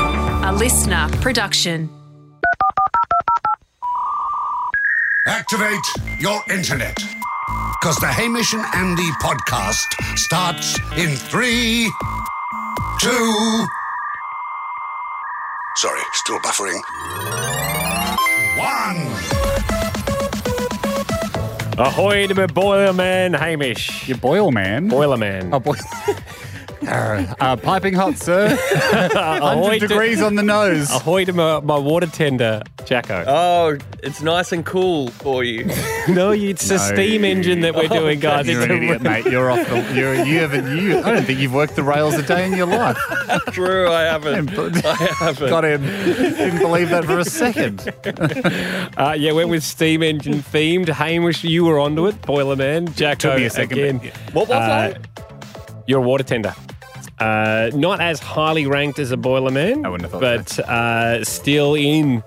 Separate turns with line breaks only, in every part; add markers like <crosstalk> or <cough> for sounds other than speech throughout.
A listener production.
Activate your internet. Because the Hamish and Andy podcast starts in three, two. Sorry, still buffering. One.
Ahoy to my boiler man, Hamish.
Your boil man.
Boiler man.
Oh, boil. uh, piping hot, sir. <laughs>
Ahoy
100 degrees on the nose.
Ahoy to my, my water tender, Jacko.
Oh, it's nice and cool
<laughs>
for you.
Oh. no, Oh, it's a
No.
steam engine that we're doing, guys.
You're
It's
an
a
idiot, mate. You're off the. You're, you haven't. You. I don't think you've worked the rails a day in your life.
True, I haven't. I haven't.
Got him. Didn't believe that for a second.
Uh, yeah, went with steam engine themed. Hamish, you were onto it. Boiler man, Jacko.
me a second,
again.
but yeah.
What was
Uh,
that?
You're a water tender. Uh, not as highly ranked as a boiler man,
I wouldn't have thought
but uh, still in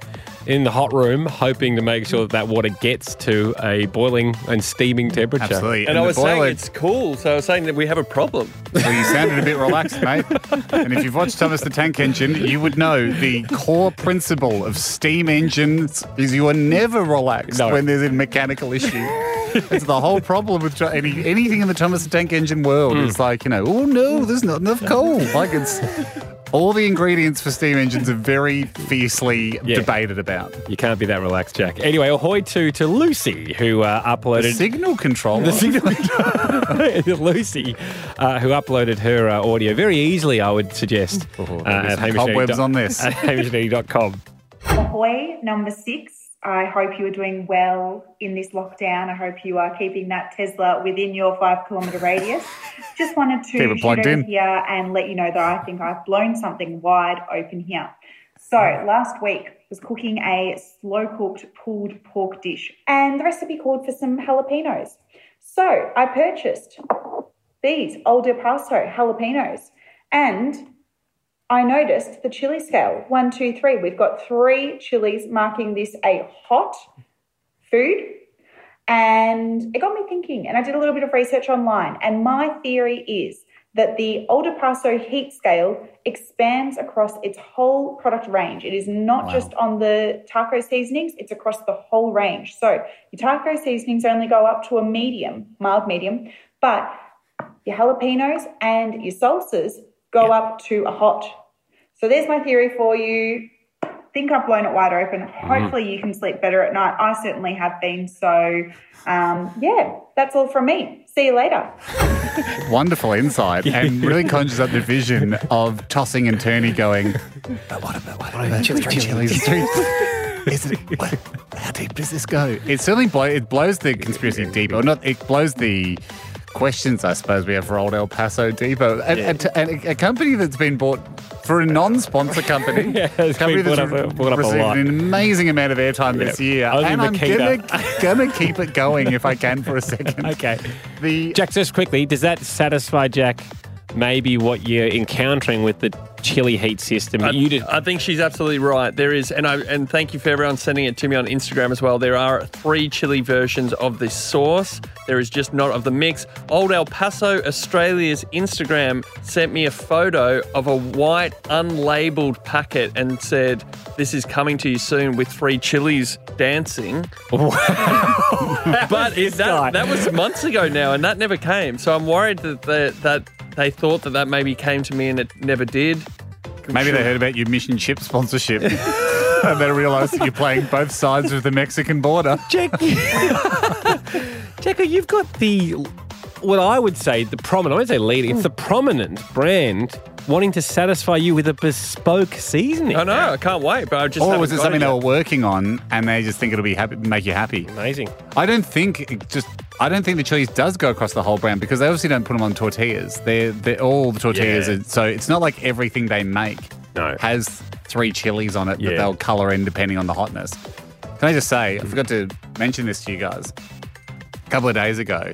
in the hot room, hoping to make sure that, that water gets to a boiling and steaming temperature.
Absolutely.
And I
the
was
boiler-
saying it's cool, so I was saying that we have a problem.
Well, you sounded a bit relaxed, mate. And if you've watched Thomas the Tank Engine, you would know the core principle of steam engines is you are never relaxed
No.
when there's a mechanical issue. It's the whole problem with tr- any, anything in the Thomas the Tank Engine world. It's
Mm.
like, you know, oh no, there's not enough coal. Like it's. All the ingredients for steam engines are very fiercely
Yeah.
debated about.
You can't be that relaxed, Jack. Anyway, ahoy to to Lucy who uh, uploaded <laughs>
Signal control.
the signal- <laughs> Lucy, uh, who uploaded her uh, audio very easily, I would
<laughs>
suggest. uh,
there'll be Oh, some cobwebs on this.
<laughs> At hamishneedy.com.
Ahoy, number six. I hope you are doing well in this lockdown. I hope you are keeping that Tesla within your five kilometre radius. Just wanted to
Keep it
shoot
plugged
over
in.
here and let you know that I think I've blown something wide open here. So last week was cooking a slow cooked pulled pork dish, and the recipe called for some jalapenos. So I purchased these El De Paso jalapenos and I noticed the chili scale. One, two, three. We've got three chilies marking this a hot food. And it got me thinking, and I did a little bit of research online. And my theory is that the Older Paso heat scale expands across its whole product range. It is not just on the taco seasonings, it's across the whole range. So your taco seasonings only go up to a medium, mild medium, but your jalapenos and your salsas go up to a hot. So there's my theory for you. Think I've blown it wide open. Hopefully you can sleep better at night. I certainly have been. So um, yeah, that's all from me. See you later.
wonderful insight and really conjures up the vision of tossing and turning going, but what about, what about chili, chili, <laughs> Is it, what, how deep does this go? It certainly blow, it blows the conspiracy deep, or not, it blows the questions, I suppose, we have for old El Paso Depot. And, and, and a company that's been bought for a non-sponsor company,
<laughs> Yeah, it's
company
been bought
that's
up-
re-
bought up a
received
lot.
an amazing amount of airtime this
Yeah.
year.
Only
and I'm
Makita.
gonna, gonna keep it going if I can for a
<laughs>
second.
Okay.
The
Jack, just quickly, does that satisfy, Jack, maybe what you're encountering with the chili heat system?
Uh,
I,
you did.
I think she's absolutely right. There is, and I and thank you for everyone sending it to me on Instagram as well. There are three chili versions of this sauce. There is just not of the mix. Old El Paso, Australia's Instagram sent me a photo of a white unlabeled packet and said, "This is coming to you soon with three chilies <laughs> dancing." but is
guy.
that that was months ago now, and that never came. So I'm worried that they, that they thought that that maybe came to me and it never did.
Maybe they heard about your mission chip sponsorship. <laughs> and they realised that you're playing both sides of the Mexican border.
Jack,
<laughs>
Jacko, you've got the what I would say the prominent. I won't say leading. It's the
Hmm.
prominent brand wanting to satisfy you with a bespoke seasoning.
I know. I can't wait. But I just.
Or
haven't
was it
got
something they were
yet.
working on and they just think it'll be happy, make you happy?
Amazing.
I don't think it just I don't think the chilies does go across the whole brand because they obviously don't put them on tortillas. They're, they're all the tortillas,
Yeah.
are, so it's not like everything they make
No.
has three chilies on it
Yeah.
that they'll color in depending on the hotness. Can I just say I forgot to mention this to you guys a couple of days ago.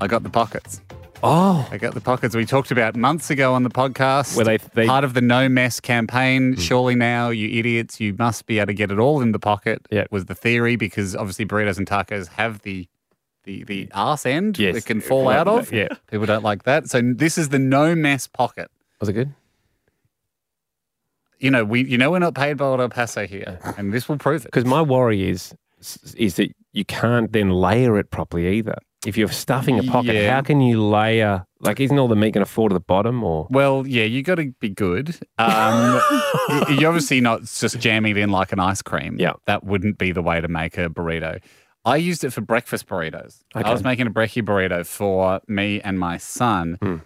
I got the pockets.
Oh,
I got the pockets we talked about months ago on the podcast.
Were they- they- Hmm.
part of the no mess campaign? Surely now, you idiots, you must be able to get it all in the pocket.
Yeah.
was the theory because obviously burritos and tacos have the the the arse end
Yes.
that can fall out of.
Yeah.
people don't like that. So this is the no mess pocket.
was it good?
you know, we you know we're not paid by El
<laughs>
Paso here, and this will prove it.
Because my worry is is that you can't then layer it properly either. If you're stuffing a pocket,
Yeah.
how can you layer? Like, isn't all the meat going to fall to the bottom? Or
Well, yeah, you got to be good. Um, y- you're obviously not just jamming it in like an ice cream.
Yeah.
That wouldn't be the way to make a burrito. I used it for breakfast burritos. I was making a brekkie burrito for me and my son.
Hmm.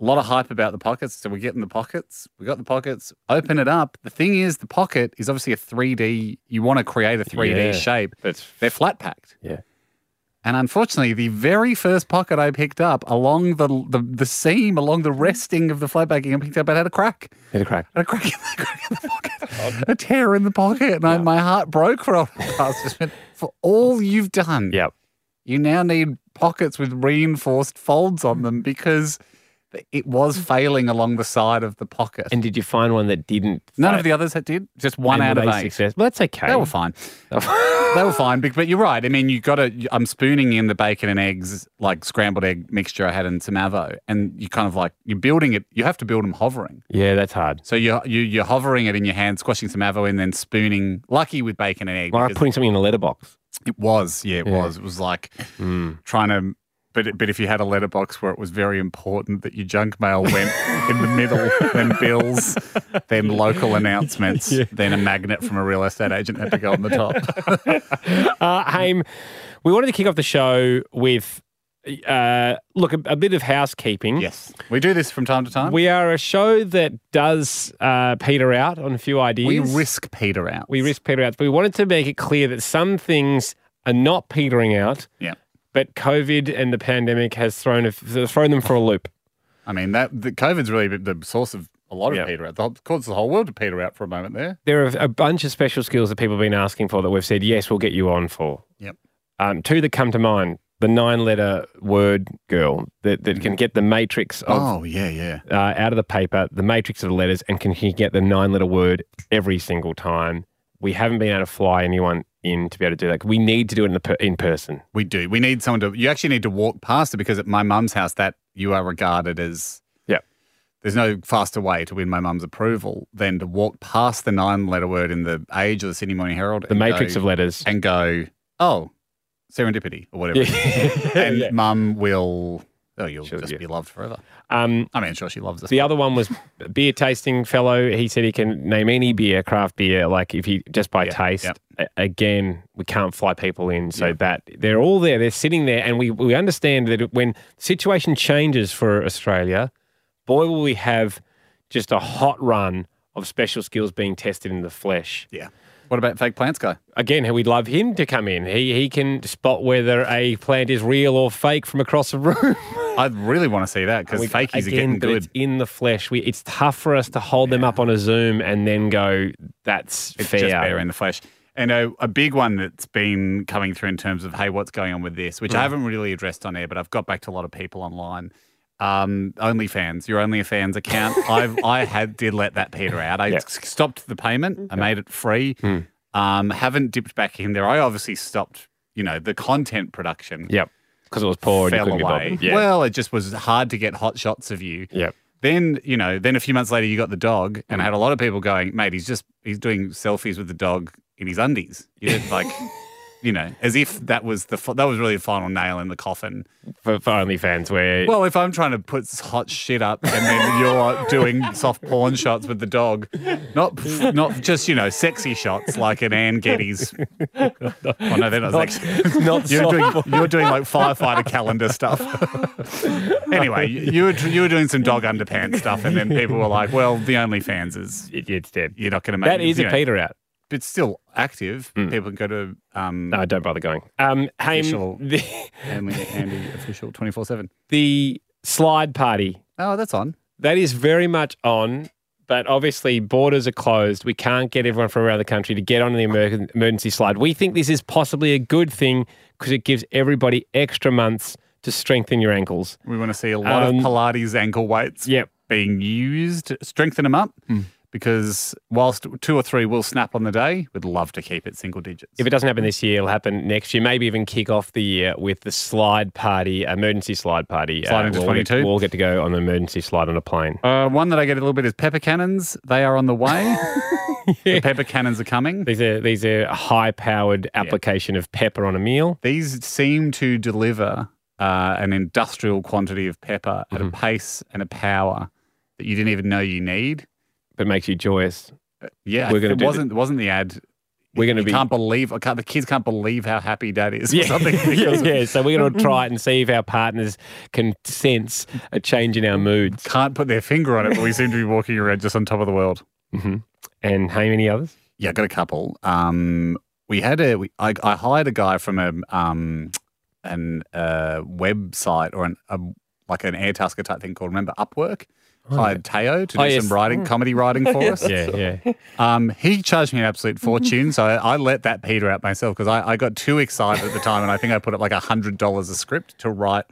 A lot of hype about the pockets. So we get in the pockets. We got the pockets, open it up. The thing is, the pocket is obviously a 3D. You want to create a 3D
Yeah.
shape.
That's-
They're flat packed.
yeah,
And unfortunately, the very first pocket I picked up along the the, the seam, along the resting of the flat packing I picked up, it had a crack.
hit a crack.
Had a crack in the, <laughs> crack in the
Um,
pocket. a tear in the pocket. And I, my heart broke for all for all you've done.
Yep.
You now need pockets with reinforced folds on them because it was failing along the side of the pocket.
And did you find one that didn't?
None
fit?
of the others that did. Just one
And
out
were
of
they
eight.
Success? Well, that's okay.
They were fine. they were fine, but, but you're right. I mean, you got to. I'm spooning in the bacon and eggs, like scrambled egg mixture I had in some avo, and you kind of like you're building it. You have to build them hovering.
<laughs> yeah, that's
<laughs>
hard.
So you you you're hovering it in your hand, squashing some avo, and then spooning. Lucky with bacon and egg.
Like
because
putting something in a letterbox.
it was, yeah, it was. It was like trying to. But, it- but if you had a letterbox where it was very important that your junk mail went in the middle, then bills, then local announcements, then a magnet from a real estate agent had to go on the top.
Uh, Haim, we wanted to kick off the show with uh, look a, a bit of housekeeping.
Yes. We do this from time to time.
We are a show that does uh, peter out on a few ideas.
We risk Peter out.
we risk peter out. But we wanted to make it clear that some things are not petering out,
Yeah.
but COVID and the pandemic has thrown a, thrown them for a loop.
I mean, that the COVID's really been the source of a lot of
Yeah.
Peter out. The whole- caused the whole world to Peter out for a moment there.
There are a bunch of special skills that people have been asking for that we've said yes, we'll get you on for.
Yep.
Um, two that come to mind: the nine-letter word girl that, that can get the matrix of
Oh, yeah, yeah.
uh, out of the paper, the matrix of the letters, and can he get the nine letter word every single time? We haven't been able to fly anyone in to be able to do that. We need to do it in, the per- in person.
We do. We need someone to. You actually need to walk past it because at my mum's house, that you are regarded as.
Yep.
There's no faster way to win my mum's approval than to walk past the nine-letter word in the Age or the Sydney Morning Herald.
The matrix of letters.
and go, oh, serendipity or
<laughs>
whatever. <laughs> and mum will. Oh, you'll
She'll-
just
yeah.
be loved forever.
Um,
I mean, sure, she loves us.
the other one was beer tasting fellow. He said he can name any beer, craft beer, like if he just by taste.
yep.
A- again, we can't fly people in, so that they're all there. They're sitting there, and we we understand that when the situation changes for Australia, boy, will we have just a hot run of special skills being tested in the flesh.
Yeah. What about fake plants guy?
Again, we'd love him to come in. He he can spot whether a plant is real or fake from across the room.
I really want to see that because
We-
fakies are
again,
getting
but It's
good.
in the flesh. We, it's tough for us to hold them up on a Zoom and then go, that's
It's
fair.
just bare in the flesh. And a, a big one that's been coming through in terms of, hey, what's going on with this,
Mm.
which I haven't really addressed on air, but I've got back to a lot of people online. Um, OnlyFans, your
<laughs>
OnlyFans account. I've, I had did let that peter out. I
Yeah. Hmm.
s- stopped the payment. I made it free. Um, haven't dipped back in there. I obviously stopped, you know, the content production.
Yep. Because it was poor and you
fell
couldn't be
away.
bothered. Yeah.
Well, it just was hard to get hot shots of you.
Yep.
Then you know, then a few months later, you got the dog, and I had a lot of people going, "Mate, he's just he's doing selfies with the dog in his undies." You know, like, you know, as if that was the fi- that was really the final nail in the coffin.
for, for OnlyFans where
<laughs> Well, if I'm trying to put s- hot shit up, and then you're doing soft porn shots with the dog, not not just you know sexy shots like an
<laughs>
Ann Getty's. Oh no, that was actually
not
<laughs> you're
soft
doing, you're doing like firefighter calendar stuff. <laughs> anyway, you, you were you were doing some dog underpants stuff, and then people were like, "Well, the OnlyFans is
it, it's dead.
you're not going to make
That is
you
a
know,
Peter out.
It's still active. People can go to um,
No, don't bother going. Um, Haim,
Official.
<laughs> the,
Andy, Andy official twenty four seven.
the slide party,
Oh, that's on.
that is very much on. But obviously, borders are closed. We can't get everyone from around the country to get on the emer- emergency slide. We think this is possibly a good thing because it gives everybody extra months to strengthen your ankles.
We want to see a lot
Um,
of Pilates ankle weights
Yep. Hmm.
being used, strengthen them up. because whilst two or three will snap on the day, we'd love to keep it single digits.
If it doesn't happen this year, it'll happen next year. Maybe even kick off the year with the slide party, emergency slide party.
Slide into
we'll all get-
22?
We'll all get to go on the emergency slide on a
<laughs>
plane.
uh, one that I get a little bit is pepper cannons. They are on
<laughs>
the way. The pepper cannons are coming.
These are these are high powered application of pepper on a meal.
These seem to deliver uh, an industrial quantity of pepper at
Mm-hmm.
a pace and a power that you didn't even know you need.
It makes you joyous.
Yeah,
We're gonna
it
do
wasn't wasn't the ad.
We're gonna
You
be-
can't
<laughs>
<laughs> believe I can't, the kids can't believe how happy dad is. <laughs> or
<laughs>
something
yeah,
because of-
yeah. So we're gonna try it and see if our partners can sense a change in our moods.
Can't put their finger on it, but we seem to be walking around just on top of the world.
And how many
<laughs>
others?
Yeah, I got a couple. Um, we had a we, I, I hired a guy from a um an uh website or an a, like an Airtasker type thing called remember Upwork. Hired Teo to do
Oh, yes.
some writing,
<laughs>
comedy writing for us.
Yeah, yeah.
Um, he charged me an absolute fortune, so I, I let that peter out myself because I, I got too excited at the time, and I think I put up like hundred dollars a script to write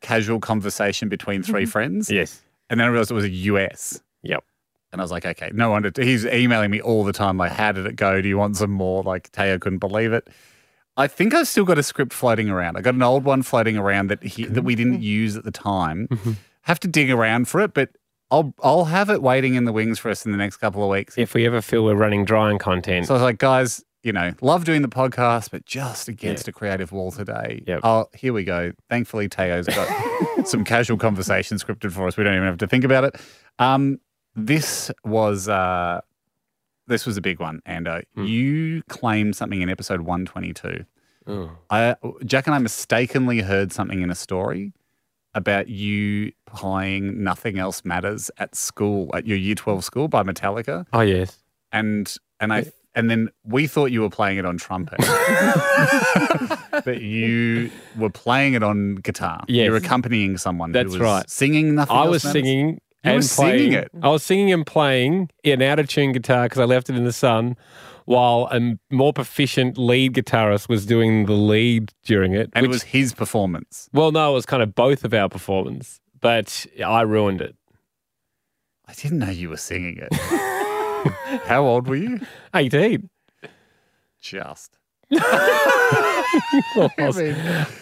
casual conversation between three
Mm-hmm.
friends.
yes.
And then I realized it was a US.
Yep.
And I was like, okay, no wonder. He's emailing me all the time, like, how did it go? Do you want some more? Like, Teo couldn't believe it. I think I've still got a script floating around. I got an old one floating around that he, that we didn't use at the time. Have to dig around for it, but I'll I'll have it waiting in the wings for us in the next couple of weeks.
If we ever feel we're running dry on content,
So I was like, guys, you know, love doing the podcast, but just against a creative wall today.
Yep.
Oh, here we go. Thankfully, Teo's got some casual conversation scripted for us. We don't even have to think about it. Um, this was uh, this was a big one, Ando. You claimed something in episode one twenty two.
Oh,
I Jack and I mistakenly heard something in a story about you playing "Nothing Else Matters" at school at your Year Twelve school by Metallica
oh yes.
and and I and then we thought you were playing it on trumpet,
<laughs>
but you were playing it on guitar.
Yes.
You're accompanying someone.
That's
who was
right.
Singing nothing.
I
Else
was
Matters.
singing.
You were
and
singing
playing-
it.
I was singing and playing an out of tune guitar because I left it in the sun, while a more proficient lead guitarist was doing the lead during it.
and it
which-
was his performance.
well, no, it was kind of both of our performance, but I ruined it.
I didn't know you were singing
<laughs>
it. How old were you?
Eighteen.
Just.
<laughs>
<laughs>
I was-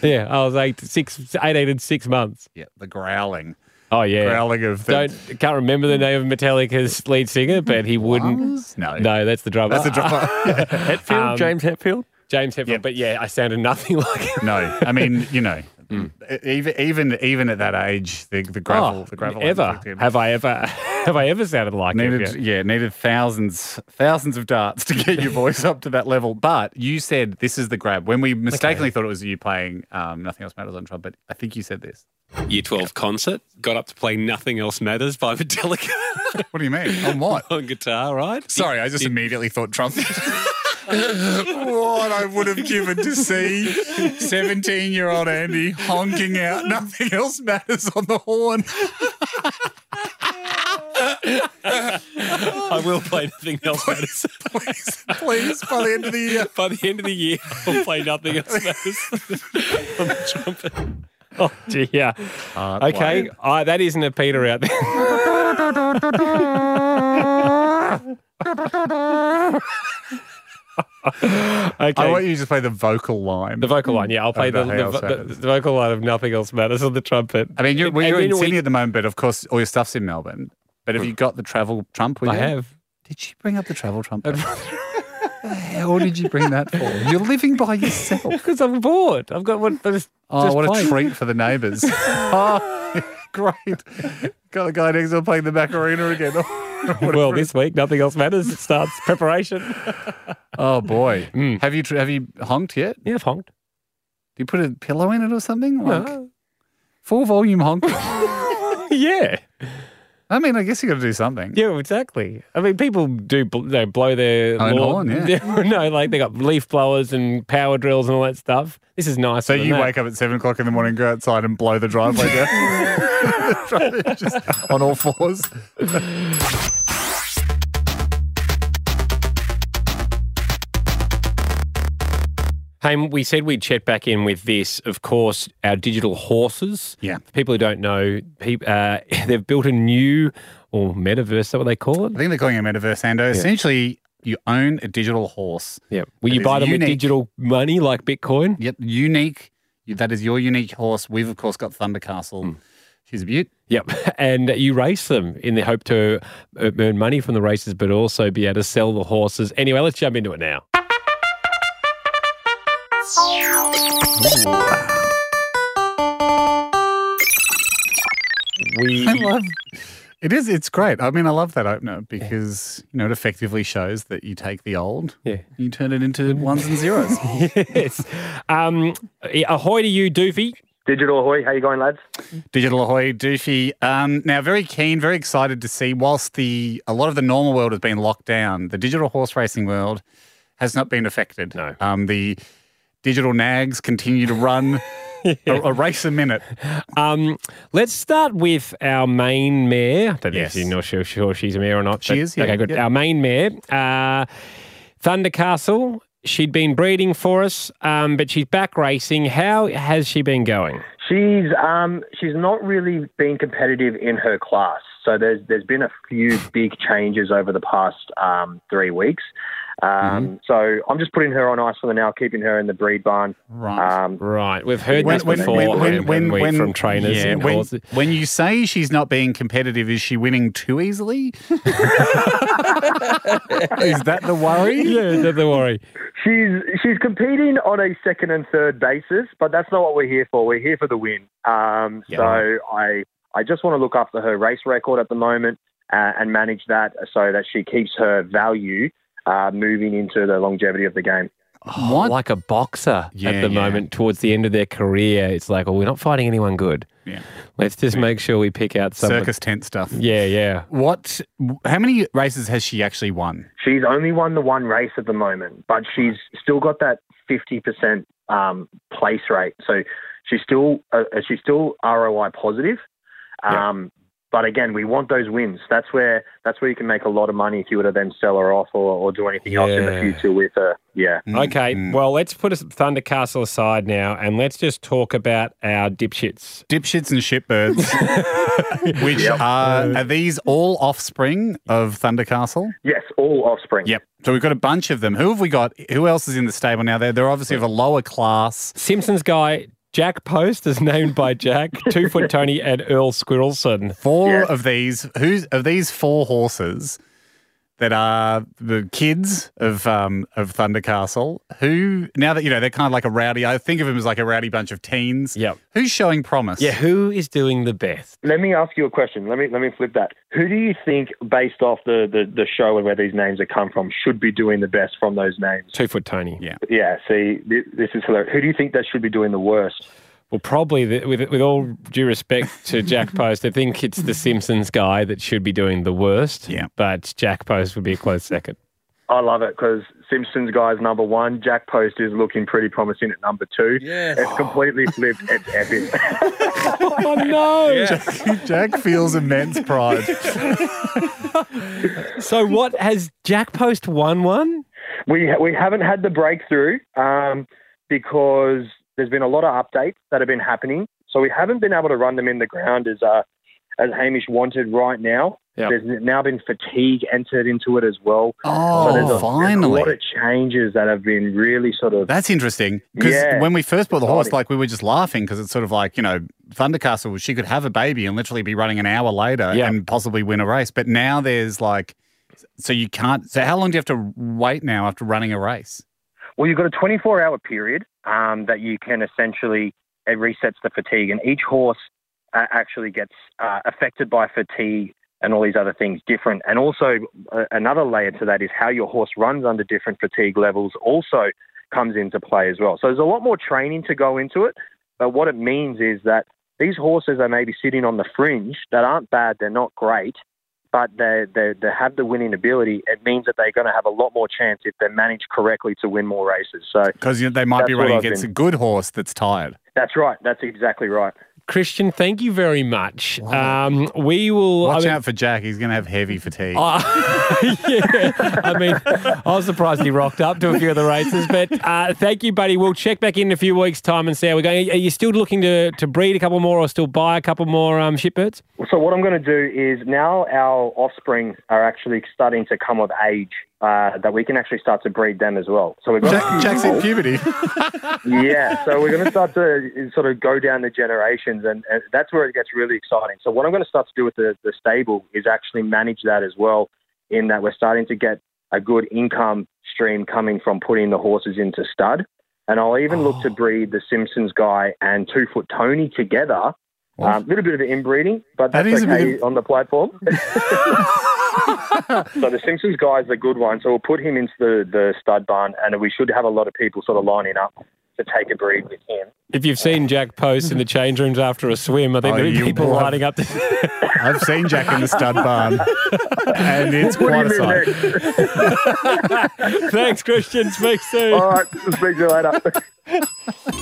yeah, I was eight, six, 18 and six months.
Yeah, the growling,
Oh yeah.
growling of the.
Don't can't remember the name of Metallica's lead singer, but he <laughs> wouldn't.
Drums? No.
No, that's the drummer.
That's
<laughs>
a drummer. <laughs>
Hetfield,
Um,
James Hetfield.
James Hetfield.
Yeah.
But yeah, I sounded nothing <laughs> like him.
no, I mean you know,
Hmm.
even even even at that age, the the gravel,
Oh,
the gravel
ever
kicked in.
have I ever <laughs> have I ever sounded like him?
Needed, yeah. needed thousands, thousands of darts to get <laughs> your voice up to that level. But you said this is the grab. When we mistakenly thought it was you playing um, "Nothing Else Matters" on trumpet, I think you said this.
Year 12 concert, got up to play Nothing Else Matters by <laughs> Metallica
What do you mean? On what?
on guitar, right?
<laughs> Sorry, I just immediately thought <laughs> trumpet. what I would have given to see seventeen-year-old Andy honking out "Nothing Else Matters" on the horn.
I will play Nothing
<laughs>
Else Matters.
Please, please, by the end of the year.
by the end of the year, I'll play Nothing Else Matters <laughs> on the trumpet.
Oh dear. okay,
<laughs>
Ah, that isn't a Peter out there. <laughs> okay.
I want you to just play the vocal line.
the vocal line, yeah. I'll play
Of
the,
Nothing
the,
Else
vo- the,
Matters.
the vocal line of Nothing Else Matters on the trumpet.
I mean, you're, well,
And
you're in
then we-
Sydney at the moment, but of course, all your stuff's in Melbourne. But have you got the travel trump with
I
you?
have.
Did you bring up the travel trump? What <laughs> the hell did you bring that for? You're living by yourself.
Because I'm bored. I've got one. I Just,
<laughs> Oh,
just
what
playing.
a treat for the <laughs> neighbours. oh, great. Got the guy next door playing the Macarena again. <laughs> What a
Well,
treat.
this week, Nothing Else Matters. It starts preparation.
oh boy. <laughs> Have you tr- have you honked yet?
<laughs>
Do
Yeah, I've honked.
you put a pillow in it or something? Like,
No.
Full volume honk. I
Yeah.
mean, I guess you got to do something.
Yeah, exactly. I mean, people do bl- they blow their
Own
lawn.
horn, yeah.
<laughs> no, like they got leaf blowers and power drills and all that stuff. This is nice.
So you wake up at seven o'clock in the morning, go outside and blow the
<laughs>
driveway <laughs> down. Just on all fours.
Hey, we said we'd check back in with this. Of course, our digital horses.
Yeah.
For people who don't know, pe- uh, <laughs> they've built a new or metaverse. Is that what they call
I
it?
think they're calling it metaverse, Ando. Essentially, you own a digital horse.
Yeah. Will
It
you
is
buy them with
unique.
digital money like Bitcoin?
Yep, unique. That is your unique horse. We've of course got Thunder Castle.
Mm.
She's a beaut.
Yep. <laughs> And you race them in the hope to uh, earn money from the races, but also be able to sell the horses. Anyway, let's jump into it now. We <laughs>
I love. It is. It's great. I mean, I love that opener because you know it effectively shows that you take the old,
Yeah.
you turn it into ones
<laughs>
and zeros.
yes. Um, ahoy to you, Doofy.
Digital Ahoy, how you going, lads?
Digital ahoy, doofy. Um, now, very keen, very excited to see. Whilst the a lot of the normal world has been locked down, the digital horse racing world has not been affected.
No.
Um, the digital nags continue
<laughs>
to run a, a race a minute.
Um, let's start with our main mayor. I don't
Yes.
know if you know sure, sure she's a mayor or not.
She
but-
is, yeah,
Okay, good.
yeah.
Our main mayor, uh, Thunder Castle. She'd been breeding for us, um, but she's back racing. How has she been going?
She's um, she's not really been competitive in her class. So there's there's been a few big changes over the past um, three weeks. Um, So I'm just putting her on ice for the now, keeping her in the breed barn.
Right.
Um,
Right, we've heard this before um, we- from trainers
yeah,
and
when,
horses.
when you say she's not being competitive, is she winning
<laughs>
too easily? is that
<laughs>
the worry?
yeah, don't don't worry.
she's she's competing on a second and third basis, but that's not what we're here for. We're here for the win. Um,
Yeah.
So I I just want to look after her race record at the moment uh, and manage that so that she keeps her value uh, moving into the longevity of the game.
Oh,
What?
Like a boxer at
Yeah,
the
yeah.
moment, towards the end of their career, it's like, well, we're not fighting anyone good.
Yeah.
Let's just make sure we pick out someone.
Circus tent stuff.
Yeah, yeah.
What? How many races has she actually won?
She's only won the one race at the moment, but she's still got that 50% um, place rate. So she's still uh, she's still ROI positive. Um, But again, we want those wins. That's where that's where you can make a lot of money if you were to then sell her off or, or do anything else in
Yeah.
the future with her. Yeah.
Okay, well, let's put us- Thunder Castle aside now and let's just talk about our <laughs> dipshits.
Dipshits and shitbirds, which are are these all offspring of Thunder Castle?
Yes, all offspring.
Yep. So we've got a bunch of them. Who have we got? Who else is in the stable now? They're, they're obviously of a lower class.
Simpsons guy Jack Post is named by <laughs> Jack, Two Foot Tony, and Earl Squirrelson.
Four
Yeah.
of these. Who's of these four horses that are the kids of um, of Thunder Castle? Who now that you know they're kind of like a rowdy. I think of them as like a rowdy bunch of teens.
Yep.
Who's showing promise?
Yeah, who is doing the best?
Let me ask you a question. Let me let me flip that. Who do you think, based off the, the, the show and where these names have come from, should be doing the best from those names?
Two Foot Tony.
Yeah.
Yeah, see, thi- this is hilarious. Who do you think that should be doing the worst?
Well, probably, the, with, with all due respect to Jack Post, I think it's the Simpsons guy that should be doing the worst.
Yeah.
But Jack Post would be a close second.
I love it because Simpsons guy's number one. Jack Post is looking pretty promising at number two.
Yes.
It's completely flipped. It's epic.
<laughs> Oh, no.
<laughs> Jack feels immense pride.
<laughs> So, what has Jack Post won one?
we we haven't had the breakthrough um, because there's been a lot of updates that have been happening. So we haven't been able to run them in the ground as uh, as Hamish wanted right now.
Yep.
There's now been fatigue entered into it as well. So there's a-
Oh,
there's
finally.
a lot of changes that have been really sort of
That's interesting because
Yeah.
when we first bought the horse,
Exciting.
like we were just laughing because it's sort of like you know Thundercastle. She could have a baby and literally be running an hour later
Yeah.
and possibly win a race. But now there's like, so you can't. So how long do you have to wait now after running a race?
Well, you've got a 24 hour period um, that you can essentially, it resets the fatigue, and each horse uh, actually gets uh, affected by fatigue and all these other things different. And also, uh, another layer to that is how your horse runs under different fatigue levels also comes into play as well. So there's a lot more training to go into it, but what it means is that these horses are maybe sitting on the fringe that aren't bad, they're not great, but they, they, they have the winning ability, it means that they're going to have a lot more chance if they're managed correctly to win more races. So
Because you know, they might be
That's what
running
I've
against
been-
a good horse that's tired.
that's right. That's exactly right.
Christian, thank you very much. Um, we will. I
Watch
mean, <laughs> uh,
out for Jack. He's going to have heavy fatigue.
yeah, I mean, I was surprised he rocked up to a few of the races, but uh, thank you, buddy. We'll check back in a few weeks' time and see how we're going. Are you still looking to, to breed a couple more, or still buy a couple more um, shipbirds?
So what I'm going to do is now our offspring are actually starting to come of age uh, that we can actually start to breed them as well. So we've got a few
Jack, Jack's
<laughs>
in
bulls.
puberty.
yeah. So we're going to start to sort of go down the generations, and, and that's where it gets really exciting. So what I'm going to start to do with the, the stable is actually manage that as well, in that we're starting to get a good income stream coming from putting the horses into stud, and I'll even look
Oh.
to breed the Simpsons guy and Two Foot Tony together. A little bit of inbreeding, but
That
that's
is a bit
okay on
<laughs>
the platform. So the Simpsons guy is a good one. So we'll put him into the, the stud barn, and we should have a lot of people sort of lining up to take a breed with him.
If you've seen Jack post in the change rooms after a swim, I think
Oh,
there'll be
you
people
will.
lining up to. <laughs>
I've seen Jack in the stud
<laughs>
barn, and it's
What
quite a
do you mean
sight.
next?
Thanks, Christian. Speak soon.
All right, speak to you later.
<laughs>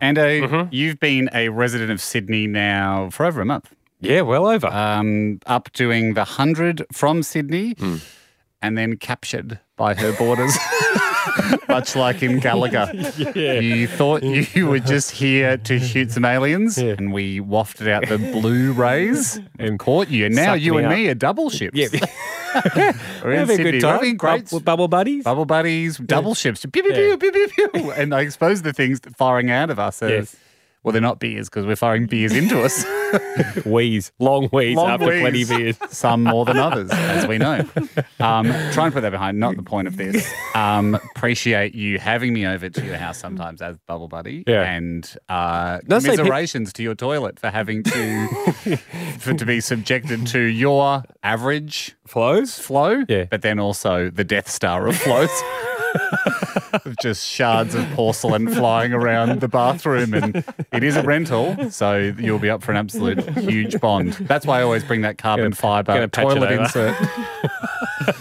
Ando,
Mm-hmm.
you've been a resident of Sydney now for over a month.
Yeah, well over.
um, up doing the 100 from Sydney
Hmm.
and then captured by her borders. <laughs> Much like in Gallagher. You
<laughs>
thought you were just here to shoot some aliens and we wafted out the blue rays and caught you. And now
Sucked
you
me
and
up.
me are double ships.
yeah, <laughs>
We're
having
in
a
Sydney.
good
We're
time.
having great
Bubble, bubble buddies.
bubble buddies, double ships. Pew, pew,
Yeah.
pew, pew, pew, pew. And I expose the things that firing out of us as,
Yes.
well, they're not beers because we're firing beers into
<laughs>
us.
Wheeze, long wheeze
Long
after
wheeze.
plenty of years.
some more than others, as we know. Um, try and put that behind, not the point of this. Um, appreciate you having me over to your house sometimes as Bubble Buddy.
Yeah.
And uh,
That's like-
commiserations to your toilet for
<laughs>
having to for, to be subjected to your average
Flows.
flow,
Yeah.
but then also the Death Star of flows. Just shards of porcelain flying around the bathroom, and it is a rental, so you'll be up for an absolute huge bond. That's why I always bring that carbon
gonna
fiber
patch it
toilet
over.
insert.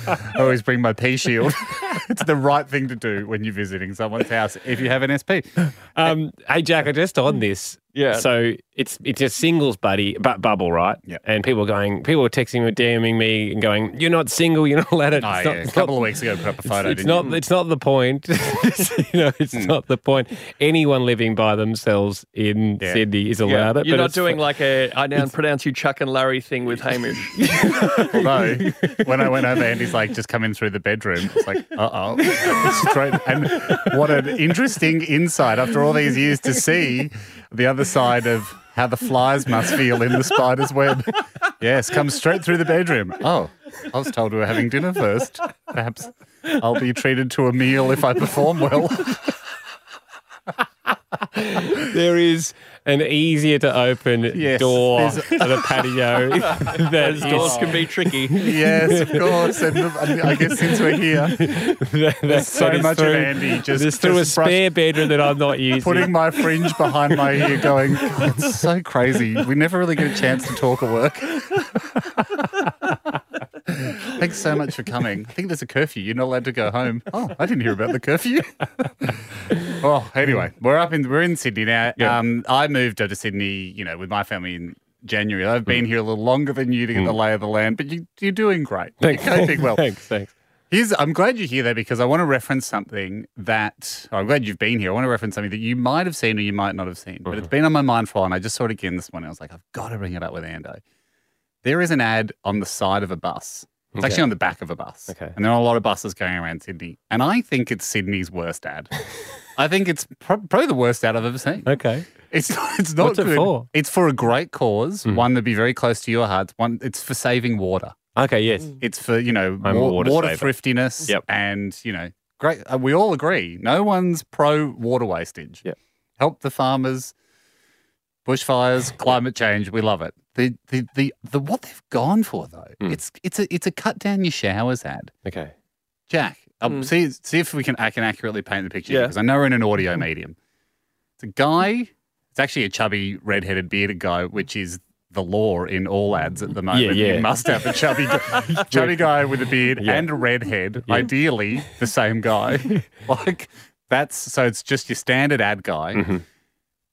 I always bring my pea shield. <laughs> it's the right thing to do when you're visiting someone's house if you have an SP.
Um, hey Jack, I just on this.
Yeah.
So it's it's a singles buddy, but bubble, right?
Yeah.
And people are going, people were texting me, DMing me, and going, "You're not single. You're not allowed to."
Oh,
it's
yeah,
not,
a
it's
couple
not-
of weeks ago, put up a photo.
it's
didn't
not.
you? Hmm.
It's not the point. <laughs> you know, it's not the point. Anyone living by themselves in
Yeah.
Sydney is allowed it.
You're
but
not
it's-
doing like a I now pronounce you Chuck and Larry thing
<laughs>
with Hamish.
Although, when I went over, Andy's like, just come in through the bedroom. It's like, uh oh. Straight. And what an interesting insight after all these years to see the other side of how the flies must feel in the spider's web. Yes, come straight through the bedroom. Oh, I was told we were having dinner first. Perhaps I'll be treated to a meal if I perform well. <laughs>
there is an easier to open
<laughs> Yes,
door
there's-
of the
<laughs>
patio. <laughs> that is,
Doors can be tricky.
Yes, of course. And and I guess since we're here,
<laughs> that- that
so
is
much of
through,
Andy just-
there's through
just
a
brush-
spare bedroom that I'm not using.
<laughs> putting my fringe behind my <laughs> ear, going, "God, it's so crazy. We never really get a chance to talk or <laughs> work. Thanks so much for coming. I think there's a curfew. You're not allowed to go home. Oh, I didn't hear about the curfew. <laughs> oh, anyway, we're up in we're in Sydney now.
Yeah.
Um, I moved up to Sydney, you know, with my family in January. I've been here a little longer than you to get the lay of the land, but you, you're doing great.
Thanks.
You're coping
<laughs>
well.
Thanks. Thanks.
Here's, I'm glad you're here though, because I want to reference something that oh, I'm glad you've been here. I want to reference something that you might have seen or you might not have seen, but
Mm-hmm.
it's been on my mind for a while. And I just saw it again this morning. I was like, I've got to bring it up with Ando. There is an ad on the side of a bus. It's
Okay.
actually on the back of a bus.
Okay.
And there are a lot of buses going around Sydney. And I think it's Sydney's
<laughs>
worst ad. I think it's pro- probably the worst ad I've ever seen.
Okay.
It's not, it's not
What's it
good.
for? Mm-hmm.
It's for a great cause, one that'd be very close to your heart. One, it's for saving water.
Okay. Yes.
It's for you know
I'm a
wa-
water
water,
saver.
thriftiness
Yep.
and you know great. uh, We all agree. No one's pro water wastage.
Yep.
Help the farmers, bushfires, climate change. We love it. The the the, the what they've gone for though.
Mm.
It's it's a it's a cut down your showers ad.
Okay.
Jack, I'll
Hmm.
Mm.
see see if we can I can accurately paint the picture
Yeah.
because I know we're in an audio medium. It's a guy. It's actually a chubby, redheaded, bearded guy, which is the law in all ads at the moment.
yeah.
You must have a
<laughs>
chubby, gu- chubby guy with a beard
Yeah. <laughs>
and a redhead. Ideally, the same guy. like That's so it's just your standard ad guy
Mm-hmm.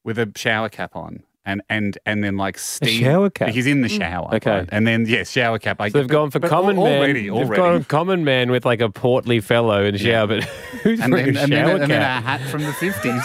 with a shower cap on. And, and and then like steam.
shower cap? Mm.
He's in the shower.
Okay.
right? And then yes, shower cap. I,
So they've gone for
but
common
al-
man.
already.
They've
Already.
gone common man with like a portly fellow in a shower, <laughs> but who's
and
wearing
then,
a
and, then,
shower
and then
cap?
a hat from the fifties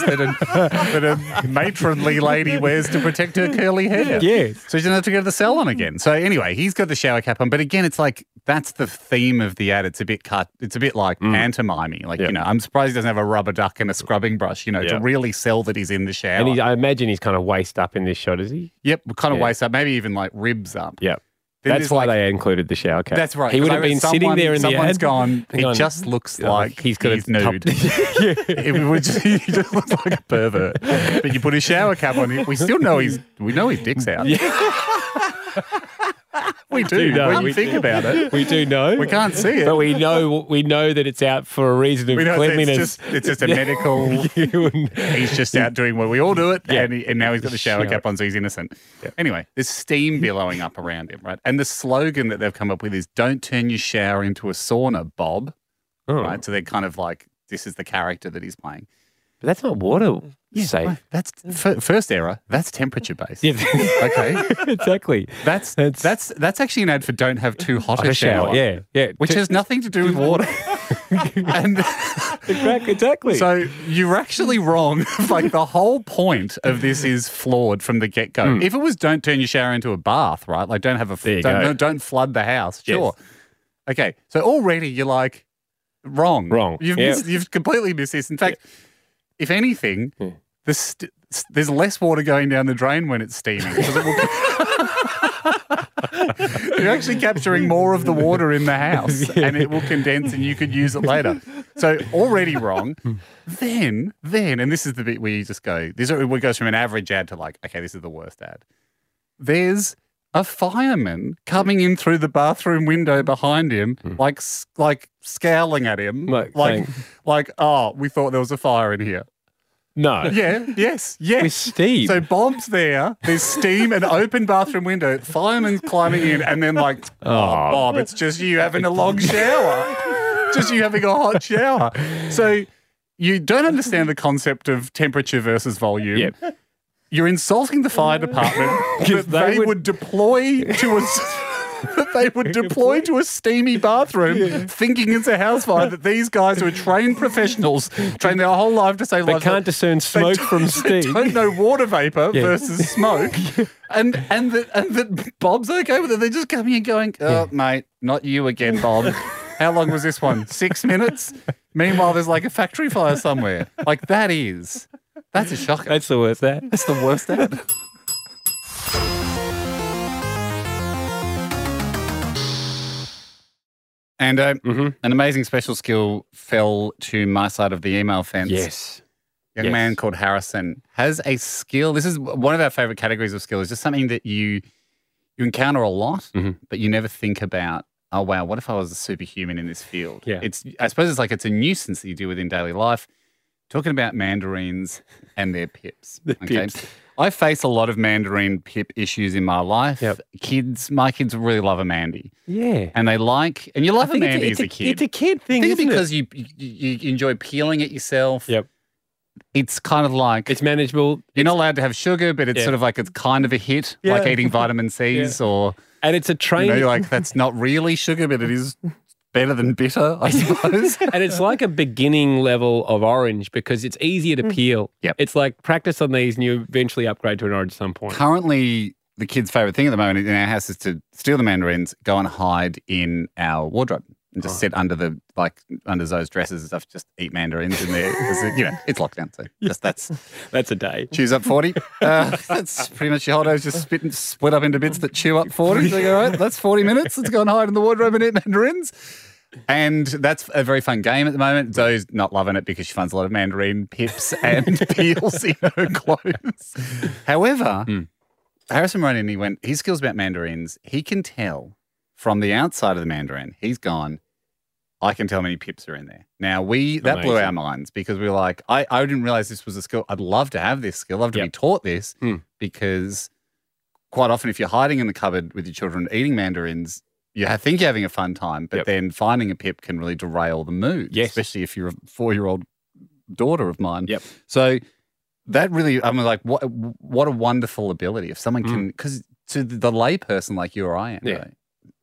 <laughs>
that a that a matronly lady wears to protect her curly hair.
Yeah.
So she doesn't have to go to the salon again. So anyway, he's got the shower cap on, but again, it's like that's the theme of the ad. It's a bit cut. It's a bit like pantomimey. Like
Mm. Yeah.
you know, I'm surprised he doesn't have a rubber duck and a scrubbing brush. You know,
Yeah.
to really sell that he's in the shower.
And he, I imagine he's kind of waist up in this shot, is he?
yep, kind of
Yeah.
waist up, maybe even like ribs up.
Yeah.
Then
That's
there's,
why
like-
they included the shower cap.
That's right.
He
'cause
would
I
have
read
been sitting
someone-
there in the
Someone's
ad.
gone.
Hang
It
on.
just looks
Yeah,
like he's,
got a top- <laughs>
nude. it would just, he just looks like a pervert. But you put a shower cap on him. We still know he's we know his dick's out. we do.
do know,
when you
we
think
do.
about it,
<laughs> We do know.
we can't see
<laughs>
it.
But we know we know that it's out for a reason of
we know it's- it's
cleanliness.
just
<laughs>
it's just a medical.
You wouldn't-
<laughs> He's just out doing what we all do it,
Yeah.
and, he, and now he's got the shower
Shower.
cap on, so he's innocent. Anyway, there's steam billowing up around him, right? And the slogan that they've come up with is "Don't turn your shower into a sauna, Bob."
Oh,
right? So they're kind of like, this is the character that he's playing.
But that's not water safe.
Well, that's f- first error. That's temperature based.
Yeah.
<laughs> Okay,
<laughs> exactly. <laughs>
that's
That's-
that's that's actually an ad for don't have too hot
Like
a shower.
Yeah. Yeah.
which has nothing to do with water.
<laughs>
and
exactly. <laughs> exactly.
so you're actually wrong. <laughs> like the whole point of this is flawed from the get go. If it was don't turn your shower into a bath, right? Like don't have a f-
Hmm. There you
don't,
go.
no, don't flood the house.
Yes.
Sure. Okay, so already you're like wrong.
Wrong.
You've
Yeah.
missed, you've completely missed this. In fact, if anything, the st- s- there's less water going down the drain when it's steaming. 'cause it will- <laughs> You're actually capturing more of the water in the house
<laughs>
and it will condense and you could use it later. So already wrong.
Hmm.
Then, then, and this is the bit where you just go, this is what goes from an average ad to like, okay, this is the worst ad. There's a fireman coming in through the bathroom window behind him, like s- like scowling at him,
Hmm. Like
like,
saying-
like, oh, we thought there was a fire in here.
no.
Yeah, yes, yes.
With steam.
So Bob's there. There's steam, an open bathroom window, firemen climbing in, and then like, oh, Bob, it's just you having a long shower, just you having a hot shower. So you don't understand the concept of temperature versus volume.
Yeah.
You're insulting the fire department
<laughs> 'Cause
that they,
they would-
would deploy to a. s- <laughs> that they would deploy to a steamy bathroom thinking it's a house fire that these guys who are trained professionals trained their whole life to say
They can't discern smoke
don't- <laughs>
from
they
steam.
don't know water vapor
Yeah.
versus smoke,
<laughs>
and and that and that Bob's okay with it. They're just coming and going, oh mate, not you again, Bob. How long was this one? Six minutes. Meanwhile, there's like a factory fire somewhere. Like that is, that's a shocker.
That's the worst. That.
That's the worst ad. <laughs> And uh,
Mm-hmm.
an amazing special skill fell to my side of the email fence.
Yes.
Young
Yes.
man called Harrison has a skill. This is one of our favorite categories of skill. Is just something that you you encounter a lot,
Mhm.
but you never think about. Oh wow, what if I was a superhuman in this field?
Yeah.
it's. I suppose it's like it's a nuisance that you deal with in daily life. Talking about mandarins and their pips.
<laughs> The pips.
I face a lot of mandarin pip issues in my life.
Yep.
Kids, my kids really love a mandy,
Yeah.
and they like, and you love a mandy as a kid.
It's a kid
I
thing,
think
isn't
because
it?
you, you you enjoy peeling it yourself.
Yep.
It's kind of like
It's manageable,
you're not allowed to have sugar, but it's
Yeah.
sort of like it's kind of a hit,
Yeah.
like eating
<laughs>
vitamin C's or
and it's a
you
training.
know, like that's not really sugar, but it is better than bitter,
<laughs>
I suppose.
and it's like a beginning level of orange because it's easier to peel.
Yep.
It's like practice on these and you eventually upgrade to an orange at some point.
Currently, the kids' favorite thing at the moment in our house is to steal the mandarins, go and hide in our wardrobe. And just sit under the like under Zoe's dresses and stuff. Just eat mandarins in there. 'Cause, you know, it's
<laughs>
lockdown, so just that's
That's a day.
Chews up 40. Uh, that's pretty much your holdover's just split, split up into bits that chew up 40. So you go, all right, that's 40 minutes. Let's go and hide in the wardrobe and eat mandarins. And that's a very fun game at the moment. Zoe's not loving it because she finds a lot of mandarin
<laughs>
pips and peels in her clothes. However,
Hmm.
Harrison wrote in, he went, his skills about mandarins, he can tell from the outside of the mandarin, he's gone, I can tell how many pips are in there. Now, we, that blew our
Amazing.
minds because we were like, I, I didn't realize this was a skill. I'd love to have this skill. I'd love to be
Yep.
taught this
Mm.
because quite often if you're hiding in the cupboard with your children eating mandarins, you ha- think you're having a fun time, but
Yep.
then finding a pip can really derail the mood,
Yes.
especially if you're a four-year-old daughter of mine.
Yep.
So that really, I'm like, what what a wonderful ability if someone can, because to the layperson like you or I am,
Mm. Yeah.
right,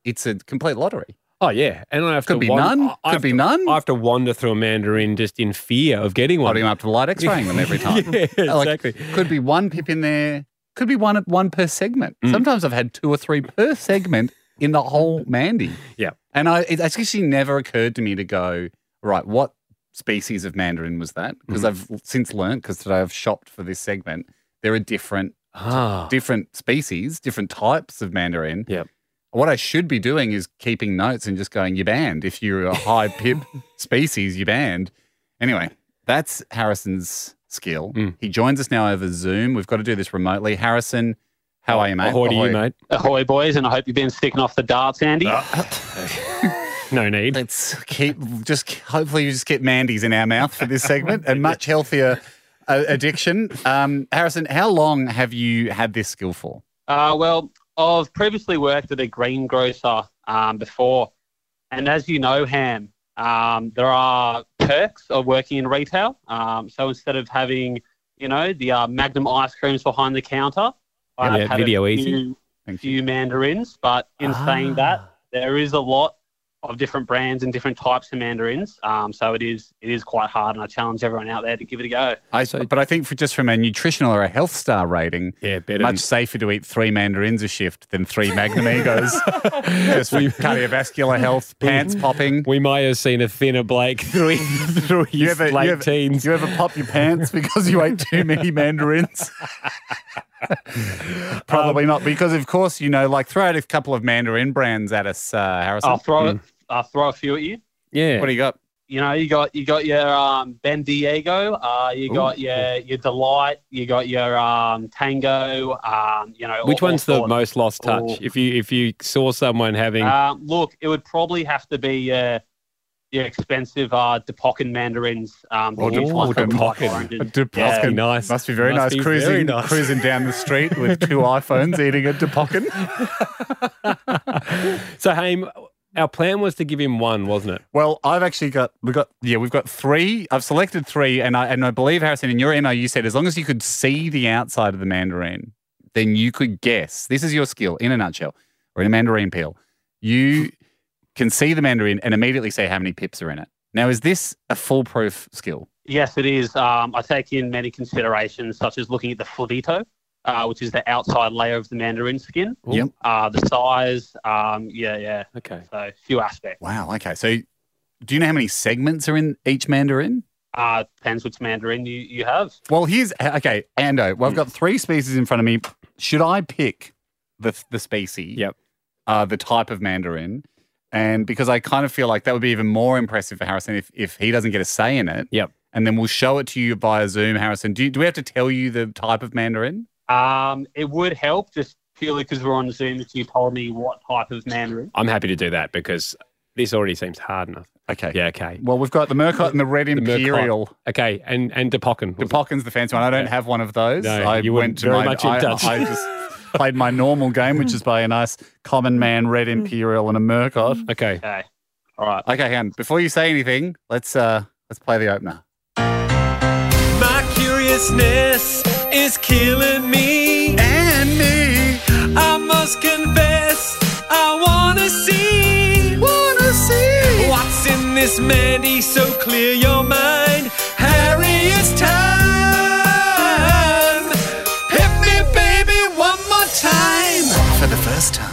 it's a complete lottery.
Oh yeah, and I have
Could
to
be
wan-
none.
I- I
Could
have
be
to-
none.
I have to wander through a mandarin just in fear of getting one.
Holding them up to the light, X-raying
<laughs>
them every time.
yeah,
Like,
exactly.
could be one pip in there. Could be one one per segment.
Mm.
Sometimes I've had two or three per segment in
<laughs>
the whole Mandy.
Yeah.
and I it actually never occurred to me to go right. What species of Mandarin was that? Because
Mm.
I've since learnt because today I've shopped for this segment. There are different
Ah,
different species, different types of Mandarin.
Yep.
What I should be doing is keeping notes and just going, you're banned. If you're a high pip
<laughs>
species, you're banned. Anyway, that's Harrison's skill.
Mm.
He joins us now over Zoom. We've got to do this remotely. Harrison, how are you, mate?
ahoy to you,
Ahoy.
mate.
Ahoy, boys, and I hope you've been sticking off the darts, Andy.
No need.
Let's keep just hopefully you just get Mandy's in our mouth for this segment and much healthier uh, addiction. Um, Harrison, how long have you had this skill for?
Uh, well, I've previously worked at a greengrocer um, before, and as you know, Ham, um, there are perks of working in retail. Um, so instead of having, you know, the uh, Magnum ice creams behind the counter, I've
Yeah,
had
video
a
easy. Ah.
few,
Thank
few mandarins. But in saying that, there is a lot of different brands and different types of mandarins. Um, so it is it is quite hard, and I challenge everyone out there to give it a go.
I,
So-
but I think for just from a nutritional or a health star rating,
Yeah, better.
much safer to eat three mandarins a shift than three Magnum <laughs> Egos. just for cardiovascular <laughs> health, pants popping.
we might have seen a thinner Blake <laughs> through, through his
You ever,
late
you, ever,
teens.
you ever pop your pants because you ate too many <laughs> mandarins? Probably not, because of course you know, like throw out a couple of mandarin brands at us, uh, Harrison.
I'll throw
Mm.
it. I'll throw a few at you.
yeah.
What do you got?
you know, you got you got your um, Ben Diego, uh, you got your your delight, you got your um, Tango. Um, you know,
Which
all-
one's
all
the
sorts.
most lost touch?
Oh.
If you if you saw someone having
Ah,
Um, look, it would probably have to be uh, your expensive uh, Depocan mandarins. Um,
Oh,
Or
the huge ones
Depocan.
with black
Depocan.
oranges.
Must
Yeah.
be
nice.
Must be very
Must
nice
be very
cruising
nice.
cruising down the street with two iPhones eating a Depocan.
<laughs> So Haim, our plan was to give him one, wasn't it?
Well, I've actually got we have got yeah we've got three. I've selected three, and I and I believe Harrison in your email you said as long as you could see the outside of the mandarin, then you could guess. This is your skill in a nutshell, or in a mandarin peel, you can see the mandarin and immediately say how many pips are in it. Now, is this a foolproof skill?
Yes, it is. Um, I take in many considerations, such as looking at the florito, uh, which is the outside layer of the mandarin skin.
Yep.
Uh, the size. Um, yeah, yeah.
Okay.
So a few aspects.
Wow. Okay. So, do you know how many segments are in each mandarin?
Uh, depends which mandarin you, you have.
Well, here's uh, okay, Ando. Well, I've
Mm.
got three species in front of me. Should I pick the the species?
Yep.
Uh, the type of mandarin, and because I kind of feel like that would be even more impressive for Harrison if if he doesn't get a say in it.
Yep.
And then we'll show it to you via Zoom, Harrison. Do, you, do we have to tell you the type of mandarin?
Um, it would help just purely because we're on Zoom. If you told me what type of Mandarin,
I'm happy to do that because this already seems hard enough.
Okay.
Yeah, okay.
Well, we've got the Murcott and the Red
The Murcott.
Imperial.
Okay, and and Depokin.
The Pockin's the fancy one. I don't have one of those.
No,
I
you
went
wouldn't.
to
Very
my,
much in
I,
touch.
I just played my normal game, which is by a nice common
<laughs>
man Red
Mm.
Imperial and a Murcott.
<laughs> Okay.
okay, all right.
Okay, hang on. Before you say anything, let's uh let's play the opener.
My curiousness is killing me.
And me
I must confess, I wanna see. Wanna see. What's in this Mandy? So clear your mind. Harry, it's time. Hit me, baby, one more time.
for the first time.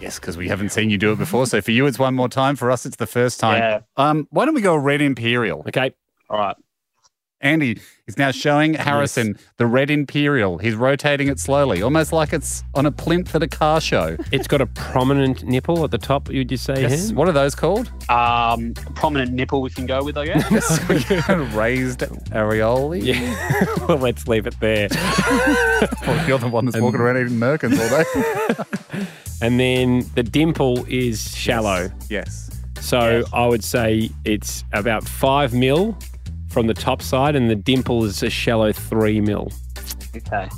Yes, because we haven't seen you do it before. So for you, it's one more time. For us, it's the first time.
Yeah.
Um, why don't we go Red Imperial?
Okay.
All right.
Andy is now showing Harrison the Red Imperial. He's rotating it slowly, almost like it's on a plinth at a car show.
It's got a prominent nipple at the top, would you say?
Yes.
Ham?
What are those called?
Um, prominent nipple we can go with,
<laughs>
I guess.
Raised areoli.
Yeah. <laughs> well, let's leave it there.
Well, you're the one that's walking around eating merkins all day. <laughs>
and then the dimple is shallow.
yes.
So I would say it's about five mil from the top side, and the dimple is a shallow three mil.
okay.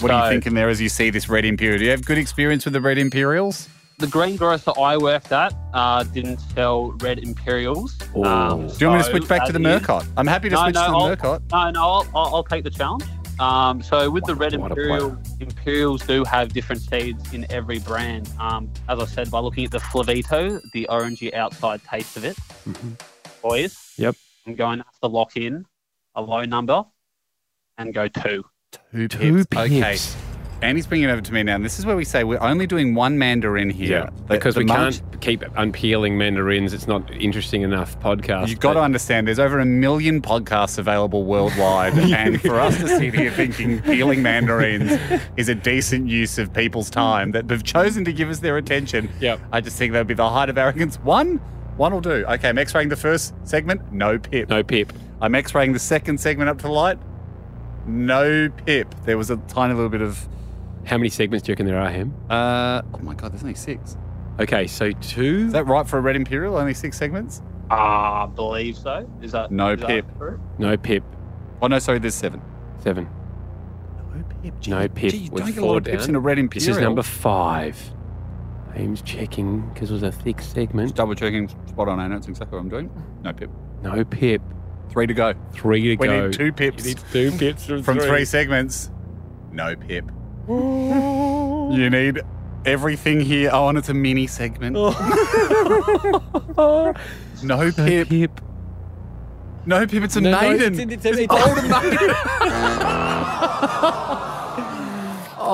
What are you
So-
thinking there as you see this Red Imperial? Do you have good experience with the Red Imperials?
the greengrocer I worked at uh, didn't sell red Imperials. Um,
Do you want me to
so
switch back to the
that is-
Murcott? I'm happy to
No,
switch
no, I'll-
to the Murcott.
No, no, I'll, I'll, I'll take the challenge. Um, so with the red
What a
imperial, imperials do have different seeds in every brand. Um, as I said, by looking at the Flavito, the orangey outside taste of it,
Mm-hmm.
boys.
Yep.
I'm going to have to lock in a low number and go two.
Two
Two pips.
Okay. Andy's bringing it over to me now, and this is where we say we're only doing one Mandarin here.
Yeah,
The-
because
the
we
March-
can't keep unpeeling mandarins. It's not interesting enough podcast.
You've got to
but-
understand, there's over a million podcasts available
<laughs>
worldwide, and for us to sit here thinking peeling mandarins is a decent use of people's time that they've chosen to give us their attention.
Yep.
I just think that would be the height of arrogance. One, one will do. Okay, I'm X-raying the first segment, no pip.
no pip.
I'm X-raying the second segment up to the light, no pip. There was a tiny little bit of,
How many segments do you reckon there are, Ham?
uh, oh my god, there's only six.
Okay, so two.
Is that right for a Red Imperial? Only six segments?
Ah, I believe so. Is that
No
is that
pip.
correct?
no pip.
Oh no, sorry, there's seven.
Seven.
No pip.
No pip.
Gee, you
with
don't get a
four
lot of pips
down.
in a Red Imperial.
This is number five. Ham's checking because it was a thick segment.
Double checking, spot on, Anna. That's exactly what I'm doing. No pip.
No pip.
Three to go.
Three to
We
go.
need two pips
You need two pips from,
from three. segments. No pip. you need everything here. Oh, and it's a mini segment.
Oh.
<laughs> no pip.
Pip.
No pip. It's a
No, no,
maiden.
it's-
it's
it's- it's- <laughs>
older maiden.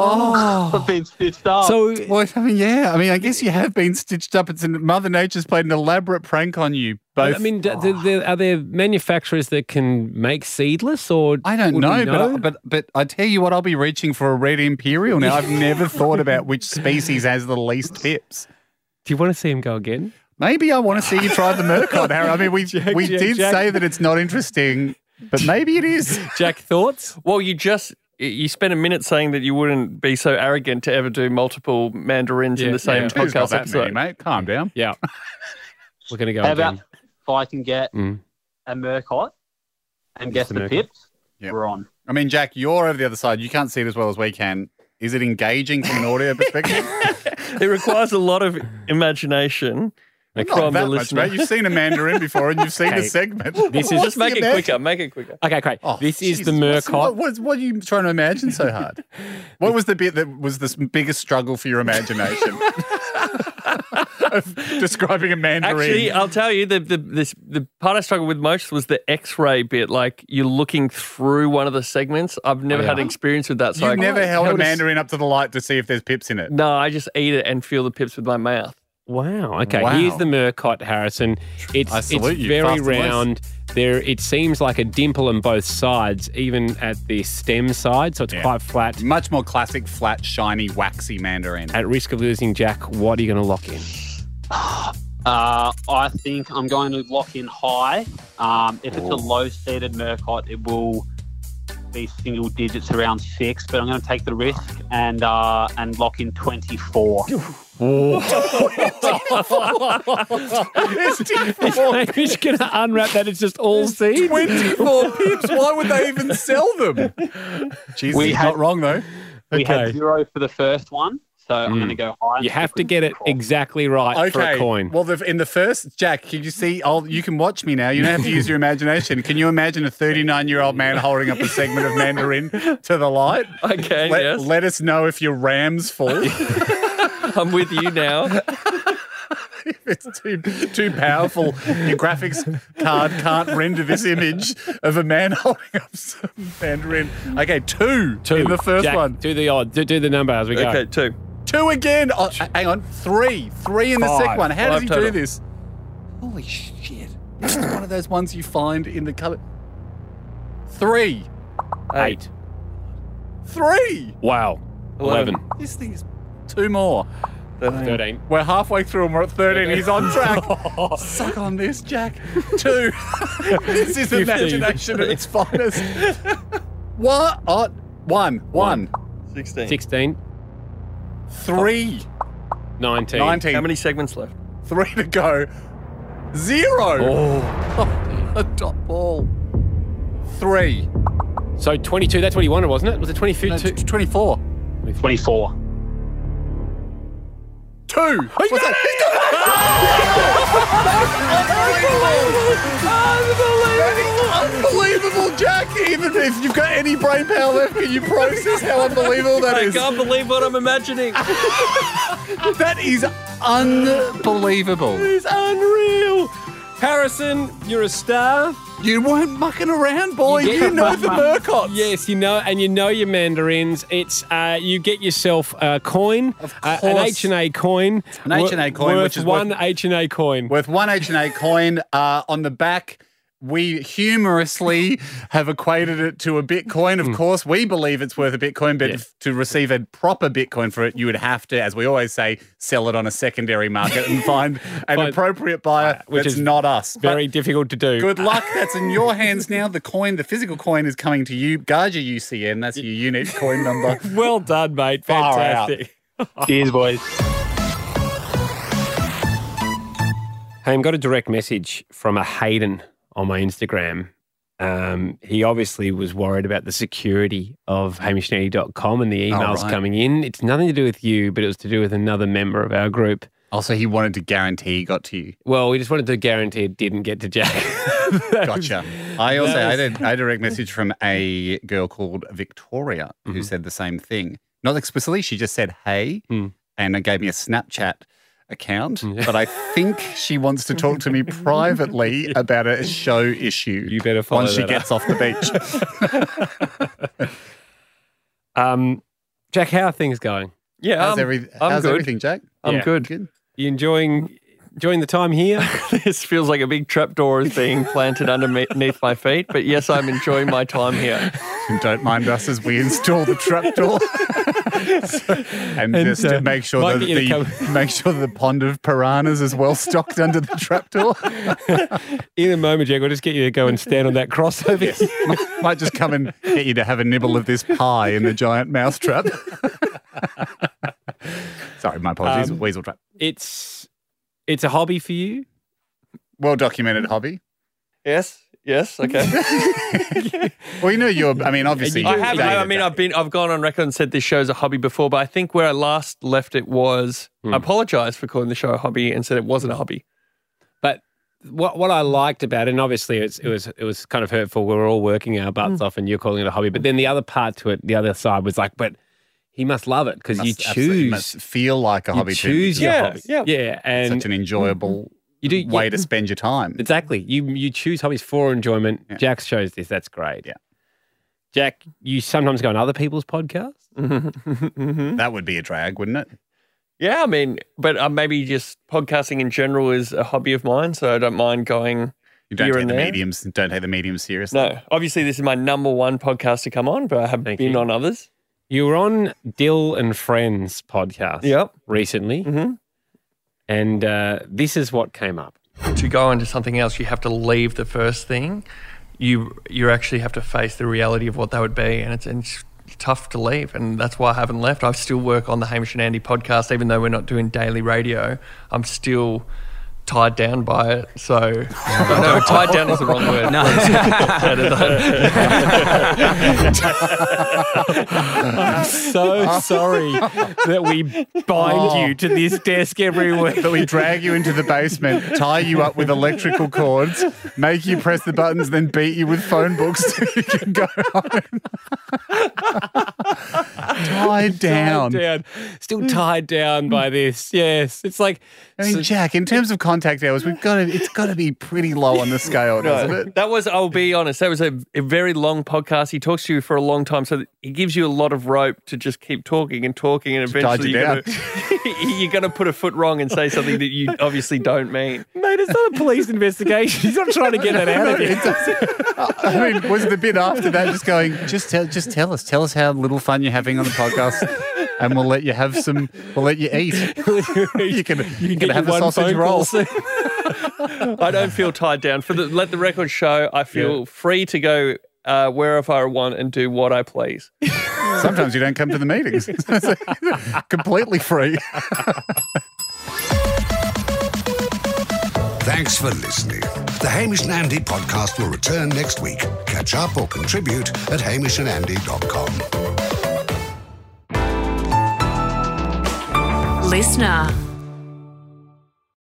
I've been stitched up.
So
Well, I mean, yeah. I mean, I guess you have been stitched up. It's an, Mother Nature's played an elaborate prank on you both.
I mean, d th th- are there manufacturers that can make seedless or?
I don't
would
know,
we
but but but I tell you what, I'll be reaching for a red imperial now. I've
<laughs>
never thought about which species has the least pips.
do you want to see him go again?
Maybe I want to see you try the Murcott, Harry. I mean, we we
<laughs> Jack,
did
Jack.
say that it's not interesting, but maybe it is.
Jack, thoughts?
Well, you just you spent a minute saying that you wouldn't be so arrogant to ever do multiple mandarins in
Yeah,
the same
yeah.
It's not
podcast
that
episode.
many, mate. Calm down.
Yeah, we're gonna go
How
again.
about if I can get
Mm.
a Murcott and guess
the
the
Murcott.
pips,
Yep.
we're on.
I mean, Jack, you're over the other side. You can't see it as well as we can. Is it engaging from an audio
<laughs>
perspective?
It requires a lot of imagination
not
from the
that much,
listener.
mate.
<laughs>
You've seen a Mandarin before, and you've seen the
Okay.
segment. <laughs>
This is-
Just make it quicker. Make it quicker.
Okay, great.
Oh,
this is the
Jesus, what's- What,
Murcott.
what, what are you trying to imagine so hard? what was the bit that was the s- biggest struggle for your
<laughs>
imagination? <laughs> of describing a mandarin.
Actually, I'll tell you the the this the part I struggled with most was the X-ray bit. Like you're looking through one of the segments. I've never
Oh, yeah.
had an experience with that. So
you
I
never held, a
s-
mandarin up to the light to see if there's pips in it.
No, I just eat it and feel the pips with my mouth. <laughs>
Wow. Okay,
Wow.
here's the Murcott, Harrison. It's
I salute
it's
you,
very
fast and loose.
round. There, it seems like a dimple on both sides, even at the stem side. So it's
Yeah.
quite flat.
Much more classic, flat, shiny, waxy <laughs> mandarin.
At risk of losing Jack, what are you going to lock
<laughs>
in? <laughs>
Uh, I think I'm going to lock in high. Um, if it's a low seeded Murcott, it will be single digits around six, but I'm going to take the risk and uh, and lock in 24.
<laughs> He's going to unwrap that. It's just all seeds.
24 pips. Why would they even sell them? Jesus,
We
he's
had-
not wrong, though.
We had
Okay.
zero for the first one, so I'm
Mm.
going to go high.
You have to get it exactly right for a coin.
Well, the, in the first, Jack, can you see? I'll, you can watch me now. You don't have to use your imagination. Can you imagine a 39 year old man holding up a segment of Mandarin to the light?
Okay,
Let,
yes,
let us know if your Rams fall. if
I'm with
<laughs>
you now.
it's too too powerful. Your graphics card can't render this image of a man <laughs> holding up some Mandarin. Okay, two,
Two.
in the first
Jack,
one.
Do the odd. Do, do the number as we go.
Okay, two.
Two again. Oh, h- hang on. Three. Three in the
Five.
second one. How does
Five
he
total.
do this? Holy shit. This is one of those ones you find in the cupboard. Three.
Eight.
Three.
Wow.
Eleven.
Eleven.
This thing is two more.
Thirteen.
We're halfway through and we're at 13. He's on <laughs> track. Suck on this, Jack. <laughs> Two. this is imagination at <laughs> its finest. What? Oh, one. One.
Sixteen.
Sixteen.
Three.
Nineteen.
Nineteen.
How many segments left?
Three to go. Zero.
Oh.
A <laughs> dot ball. Three.
So twenty-two. That's what he wanted, wasn't it? Was it twenty-two?
No, t- 24.
24.
two. What's that? He's got Ah! Unbelievable, Jack. Even if you've got any brain power left, can you process how unbelievable that
I
is?
can't believe what
<laughs>
I'm imagining.
That is unbelievable.
It's unreal. Harrison, you're a star.
You weren't mucking around, boy. You,
get-
know the Murkots.
Yes, you know, and you know your mandarins. It's uh, you get yourself a coin, uh, an
course.
H and A coin,
An H&A coin,
worth
which is
one
worth-
H and A coin.
With one H&A coin uh, on the back, we humorously have equated it to a Bitcoin. Of course, we believe it's worth a Bitcoin, but
Hmm. Yeah.
f- to receive a proper Bitcoin for it, you would have to, as we always say, sell it on a secondary market
<laughs>
and find an
Fine.
appropriate buyer,
which
which that's
is
is not us. But
Very difficult to do.
Good luck. That's in your hands now. The coin, the physical coin, is coming to you. Guard your UCN. That's your unique
<laughs>
coin number.
Well done, mate.
Far out.
Fantastic.
Cheers, boys.
Hey, I've got a direct message from a Hayden on my Instagram. Um, he obviously was worried about the security of hamishnetty.com and the
Oh,
emails
right.
coming in. It's nothing to do with you, but it was to do with another member of our group.
Also, he wanted to guarantee he got to you.
Well, we just wanted to guarantee it didn't get to Jack. <laughs>
Gotcha. I also I
was-
had, a, I had a direct message from a girl called Victoria
Mm-hmm.
who said the same thing. Not explicitly, she just said hey,
Mm.
and it gave me a Snapchat
<laughs>
account. But I think she wants to talk to me privately about a show issue.
You better follow
once she
that up.
gets off the
<laughs>
beach.
Um, Jack, how are things going?
Yeah,
Um,
How's,
I'm,
every,
I'm
how's
good.
everything, Jack?
I'm
Yeah.
good.
Good.
You enjoying enjoying the time here?
<laughs> This feels like a big trapdoor is being planted underneath my feet, but yes, I'm enjoying my time here.
And don't mind us as we install the
<laughs>
trapdoor. and,
And,
just
uh,
to make sure
might
that
get you to
the, <laughs> make sure that the pond of piranhas is well stocked under the trapdoor.
In a moment, Jack, we'll just get you to go and stand on that crossover.
might, <laughs> might just come and get you to have a nibble of this pie in the giant mousetrap. <laughs> Sorry, my apologies.
Um,
Weasel trap.
It's it's a hobby for you.
Well documented hobby.
Yes, yes, okay.
Well, you know you're. I mean, obviously,
I
you're
have.
day
I
to
mean,
day.
I've been. I've gone on record and said this show's a hobby before, but I think where I last left it was I apologise for calling the show a hobby and said it wasn't a hobby.
But what what I liked about it, and obviously it's, it was it was kind of hurtful. We were all working our
Mm.
butts off, and you're calling it a hobby. But then the other part to it, the other side was like, but he must love it because you
Must- absolutely
choose
must feel like a
you
hobby. too.
choose your
Yeah,
hobby.
yeah.
yeah, and
Such an enjoyable
you do yeah.
way
Mm-hmm.
to spend your time.
Exactly. You you choose hobbies for enjoyment.
Yeah.
Jack shows this. That's great.
Yeah.
Jack, you sometimes go on other people's podcasts.
Mm-hmm. <laughs>
That would be a drag, wouldn't it?
Yeah, I mean, but uh, maybe just podcasting in general is a hobby of mine, so I don't mind going.
You don't
Here
take
and
the
there.
mediums. Don't take the mediums seriously.
No, obviously this is my number one podcast to come on, but I have
Thank
been
you.
on others.
You were on Dill and Friends podcast
Yep.
recently,
Mhm.
and uh, this is what came up.
to go into something else, you have to leave the first thing. You you actually have to face the reality of what that would be, and it's, and it's tough to leave, and that's why I haven't left. I still work on the Hamish and Andy podcast, even though we're not doing daily radio. I'm still tied down by it. So <laughs> no, tied down is the wrong word. No. <laughs>
Oh, <laughs>
So sorry that we bind you to this desk every week.
But we drag you into the basement, tie you up with electrical cords, make you press the buttons, then beat you with phone books <laughs> till you can go home. Tied down.
Down. Still tied down by this. Yes, it's like
I mean, Jack, in terms of contact hours, we've got to, it's got to be pretty low on the scale, doesn't it?
That was, I'll be honest, that was a, a very long podcast. He talks to you for a long time, so he gives you a lot of rope to just keep talking and talking, and
dodge
eventually
it
you're
down.
gonna, <laughs> you're gonna put a foot wrong and say something that you obviously don't mean.
mate, it's not a police investigation. He's not trying to get that
<laughs>
out of you.
It doesn't- <laughs> I mean, was the bit after that just going, just tell, just tell us, tell us how little fun you're having on the podcast, and we'll let you have some, we'll let you
<laughs>
eat. you can, you can
get
have
your
a
one
sausage
phone
roll.
call.
I don't feel tied down. For the let the record show, I feel free to go uh, wherever I want and do what I please.
Sometimes you don't come to the meetings. <laughs> It's Completely free.
Thanks for listening. The Hamish and Andy podcast will return next week. Catch up or contribute at hamishandandy.com.
Listener.